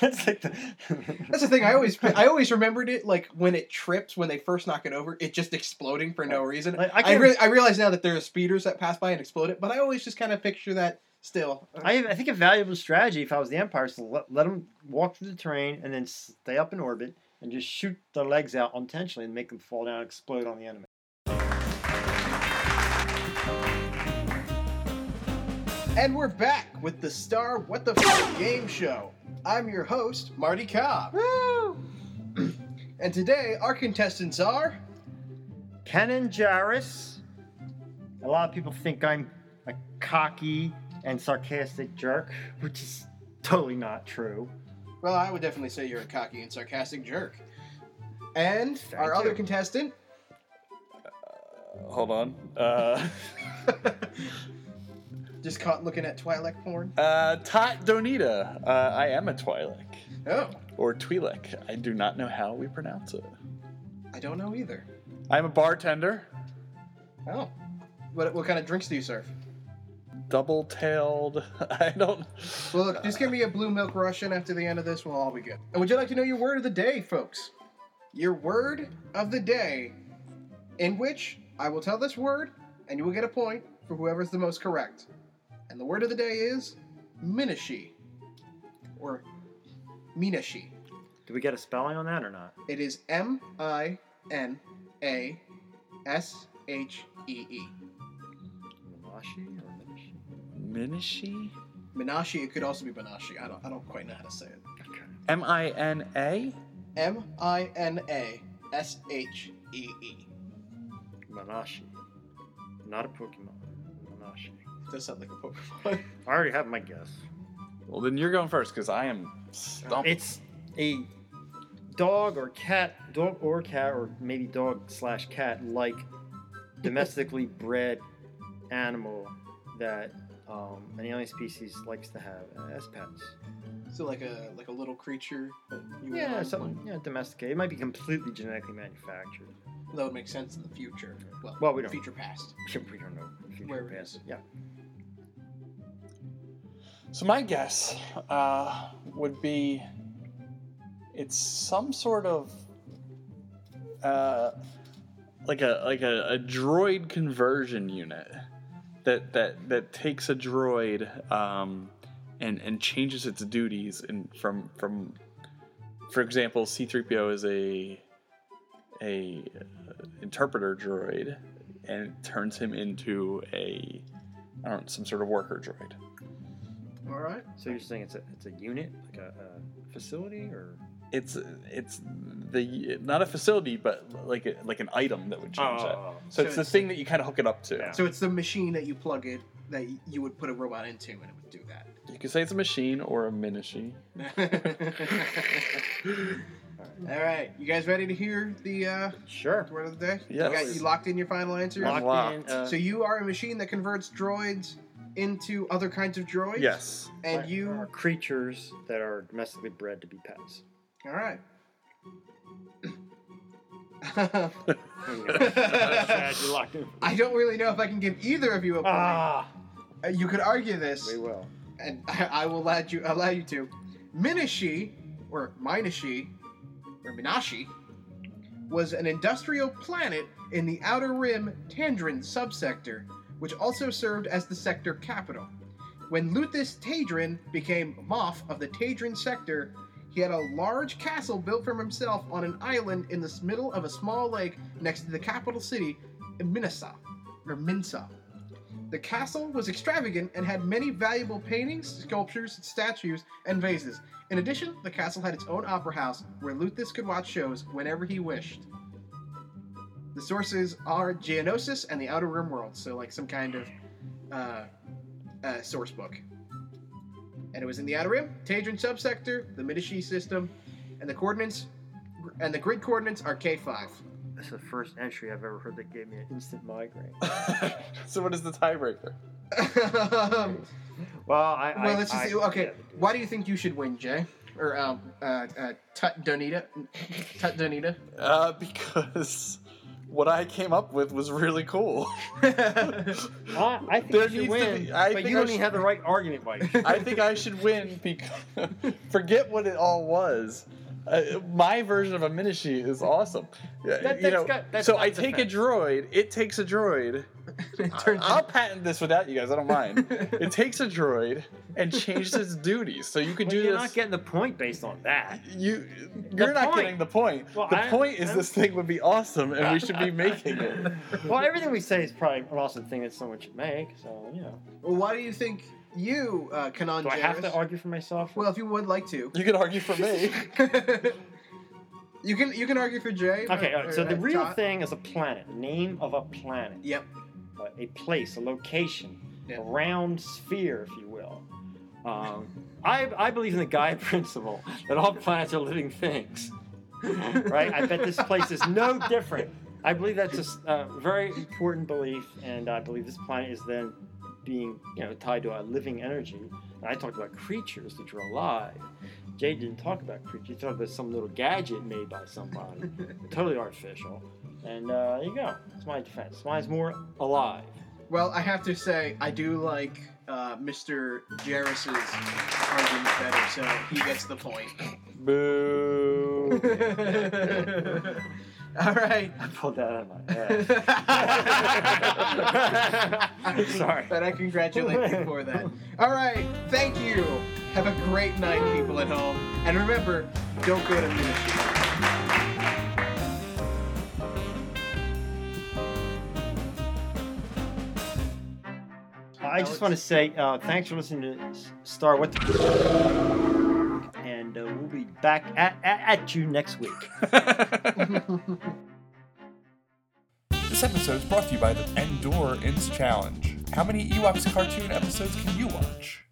S3: That's like the.
S2: That's the thing. I always I always remembered it like when it trips when they first knock it over, it just exploding for no reason.
S3: Like, I
S2: I
S3: can-
S2: re- I realize now that there are speeders that pass by and explode it, but I always just kind of picture that Still,
S3: I, I think a valuable strategy if I was the Empire is to let, let them walk through the terrain and then stay up in orbit and just shoot their legs out unintentionally and make them fall down and explode on the enemy.
S2: and we're back with the Star What the Fuck game show. I'm your host, Marty Cobb,
S3: Woo!
S2: and today our contestants are
S3: Kenan Jarrus. A lot of people think I'm a cocky and sarcastic jerk, which is totally not true.
S2: well, I would definitely say you're a cocky and sarcastic jerk. And
S3: Thank
S2: our other
S3: you.
S2: contestant,
S1: Hold on. Uh,
S2: just caught looking at Twilight porn.
S1: uh, Tot Donita. Uh, I am a Twi'lek.
S2: Oh,
S1: Or Twi'lek. I do not know how we pronounce it.
S2: I don't know either.
S1: I'm a bartender.
S2: Oh, what what kind of drinks do you serve?
S1: Double tailed. I don't.
S2: Well, look, just give me a blue milk Russian after the end of this. We'll all be good. And would you like to know your word of the day, folks? Your word of the day, in which I will tell this word, and you will get a point for whoever's the most correct. And the word of the day is Minashi, or Minashi.
S3: Do we get a spelling on that or not?
S2: It is M I N A S H E E.
S3: Minashi or Minashi?
S1: Minashi?
S2: Minashi. It could also be Minashi. I don't. I don't quite know how to say it.
S3: Okay.
S1: M I N A?
S2: M I N A S H E E.
S3: Minashi. Not a Pokemon. Minashi.
S2: Does sound like a Pokemon.
S3: I already have my guess.
S1: Well, then you're going first because I am stumped.
S3: It's a dog or cat, dog or cat, or maybe dog slash cat like domestically bred animal that um, an alien species likes to have as pets.
S2: so like a like a little creature. that you would
S3: Yeah,
S2: like.
S3: something. Yeah, domesticated. It might be completely genetically manufactured.
S2: That would make sense in the future. Well,
S3: Well, we don't-
S2: future past.
S3: We don't know. future
S2: Where it
S3: past.
S2: is.
S3: Yeah.
S1: So my guess uh, would be it's some sort of uh, like a like a, a droid conversion unit that that that takes a droid um, and and changes its duties and from from for example C3PO is a a uh, interpreter droid and it turns him into a I don't know, some sort of worker droid.
S2: All right.
S3: So you're saying it's a it's a unit, like a, a facility, or
S1: it's it's the not a facility but like a, like an item that would change
S3: Oh.
S1: that so,
S2: So
S1: it's the
S2: it's-
S1: thing that you kind of hook it up to
S3: Yeah.
S2: So it's the machine that you plug it that y- you would put a robot into, and it would do that.
S1: you could say it's a machine or a minishi
S2: All right, you guys ready to hear the uh,
S3: sure.
S2: word of the day?
S1: Yes.
S2: You, got, you locked in your final answer.
S1: Locked Unlocked.
S3: uh,
S2: So you are a machine that converts droids into other kinds of droids.
S1: yes
S2: And
S3: are-
S2: you
S3: are creatures that are domestically bred to be pets.
S2: All right.
S3: Chad, you locked in.
S2: I don't really know if I can give either of you a point.
S3: Ah,
S2: Uh, you could argue this,
S3: we will.
S2: and I, I will allow you allow you to. Minashi, or Minashi, or Minashi, was an industrial planet in the Outer Rim Tandrin subsector, which also served as the sector capital. When Luthus Tadrin became Moff of the Tadrin sector, he had a large castle built for himself on an island in the middle of a small lake next to the capital city, Minasa, or Minsa. The castle was extravagant and had many valuable paintings, sculptures, statues, and vases. In addition, the castle had its own opera house where Luthus could watch shows whenever he wished. The sources are Geonosis and the Outer Rim World, so like some kind of uh, uh, source book. And it was in the Outer Rim, Tadrin subsector, the Midishi system, and the coordinates, and the grid coordinates are K5.
S3: That's the first entry I've ever heard that gave me an instant migraine.
S1: so what is the tiebreaker
S2: Um,
S3: Well, I. I-
S2: Well, let's just
S3: I-
S2: see. Okay,
S3: yeah.
S2: why do you think you should win, Jay? Or um, uh, uh, Tut Donita, Tut Donita.
S1: uh, because what i came up with was really cool
S3: I, I think
S1: There
S3: you should
S1: needs to
S3: win,
S1: be- I
S3: but
S1: think
S3: you
S1: I
S3: don't
S1: should-
S3: even have the right argument, Mike.
S1: i think i should win because forget what it all was uh, my version of a minishi is awesome Yeah,
S3: That-
S1: you
S3: that's
S1: know,
S3: got- that's
S1: so
S3: not
S1: i take
S3: defense.
S1: a droid it takes a droid
S2: part. it turns
S1: I'll patent this without you guys. I don't mind. It takes a droid and changes its duties, so you could
S3: Well,
S1: do
S3: you're
S1: this.
S3: not getting the point based on that.
S1: you, you're not
S3: point.
S1: getting the point.
S3: Well,
S1: the
S3: I-
S1: point is
S3: I-
S1: this thing would be awesome, and we should be making it.
S3: Well, everything we say is probably an awesome thing that someone should make. So you know,
S2: well, why do you think you, uh, Kanan
S3: do I have to
S2: Jarrus-
S3: argue for myself?
S2: Well, if you would like to.
S1: You could argue for me.
S2: you can you can argue for Jay.
S3: okay.
S2: or-
S3: All right,
S2: or-
S1: uh,
S3: so the
S2: or
S3: real
S2: Todd.
S3: thing is a planet, name of a planet,
S2: Yep.
S3: uh, a place, a location,
S2: Yeah.
S3: a round sphere, if you will. Um, I, I believe in the Gaia principle that all planets are living things. right? I bet this place is no different. I believe that's a s- a very important belief, and I believe this planet is then being, you know, tied to a living energy. And I talked about creatures that are alive. Jay didn't talk about creatures. He talked about some little gadget made by somebody, totally artificial. And uh, there you go. That's my defense. Mine's more alive.
S2: Well, I have to say I do like uh, Mr. Jarris's argument better, so he gets the point.
S1: Boo.
S2: All right.
S3: I pulled that out of my ass. Sorry.
S2: But I congratulate you for that. All right. Thank you. Have a great night, people at home. And remember, don't go to Minnesota.
S3: I just want to say uh, thanks for listening to S- Star What the and uh, we'll be back at, at, at you next week.
S4: This episode is brought to you by the Endor Ends Challenge. How many Ewoks cartoon episodes can you watch?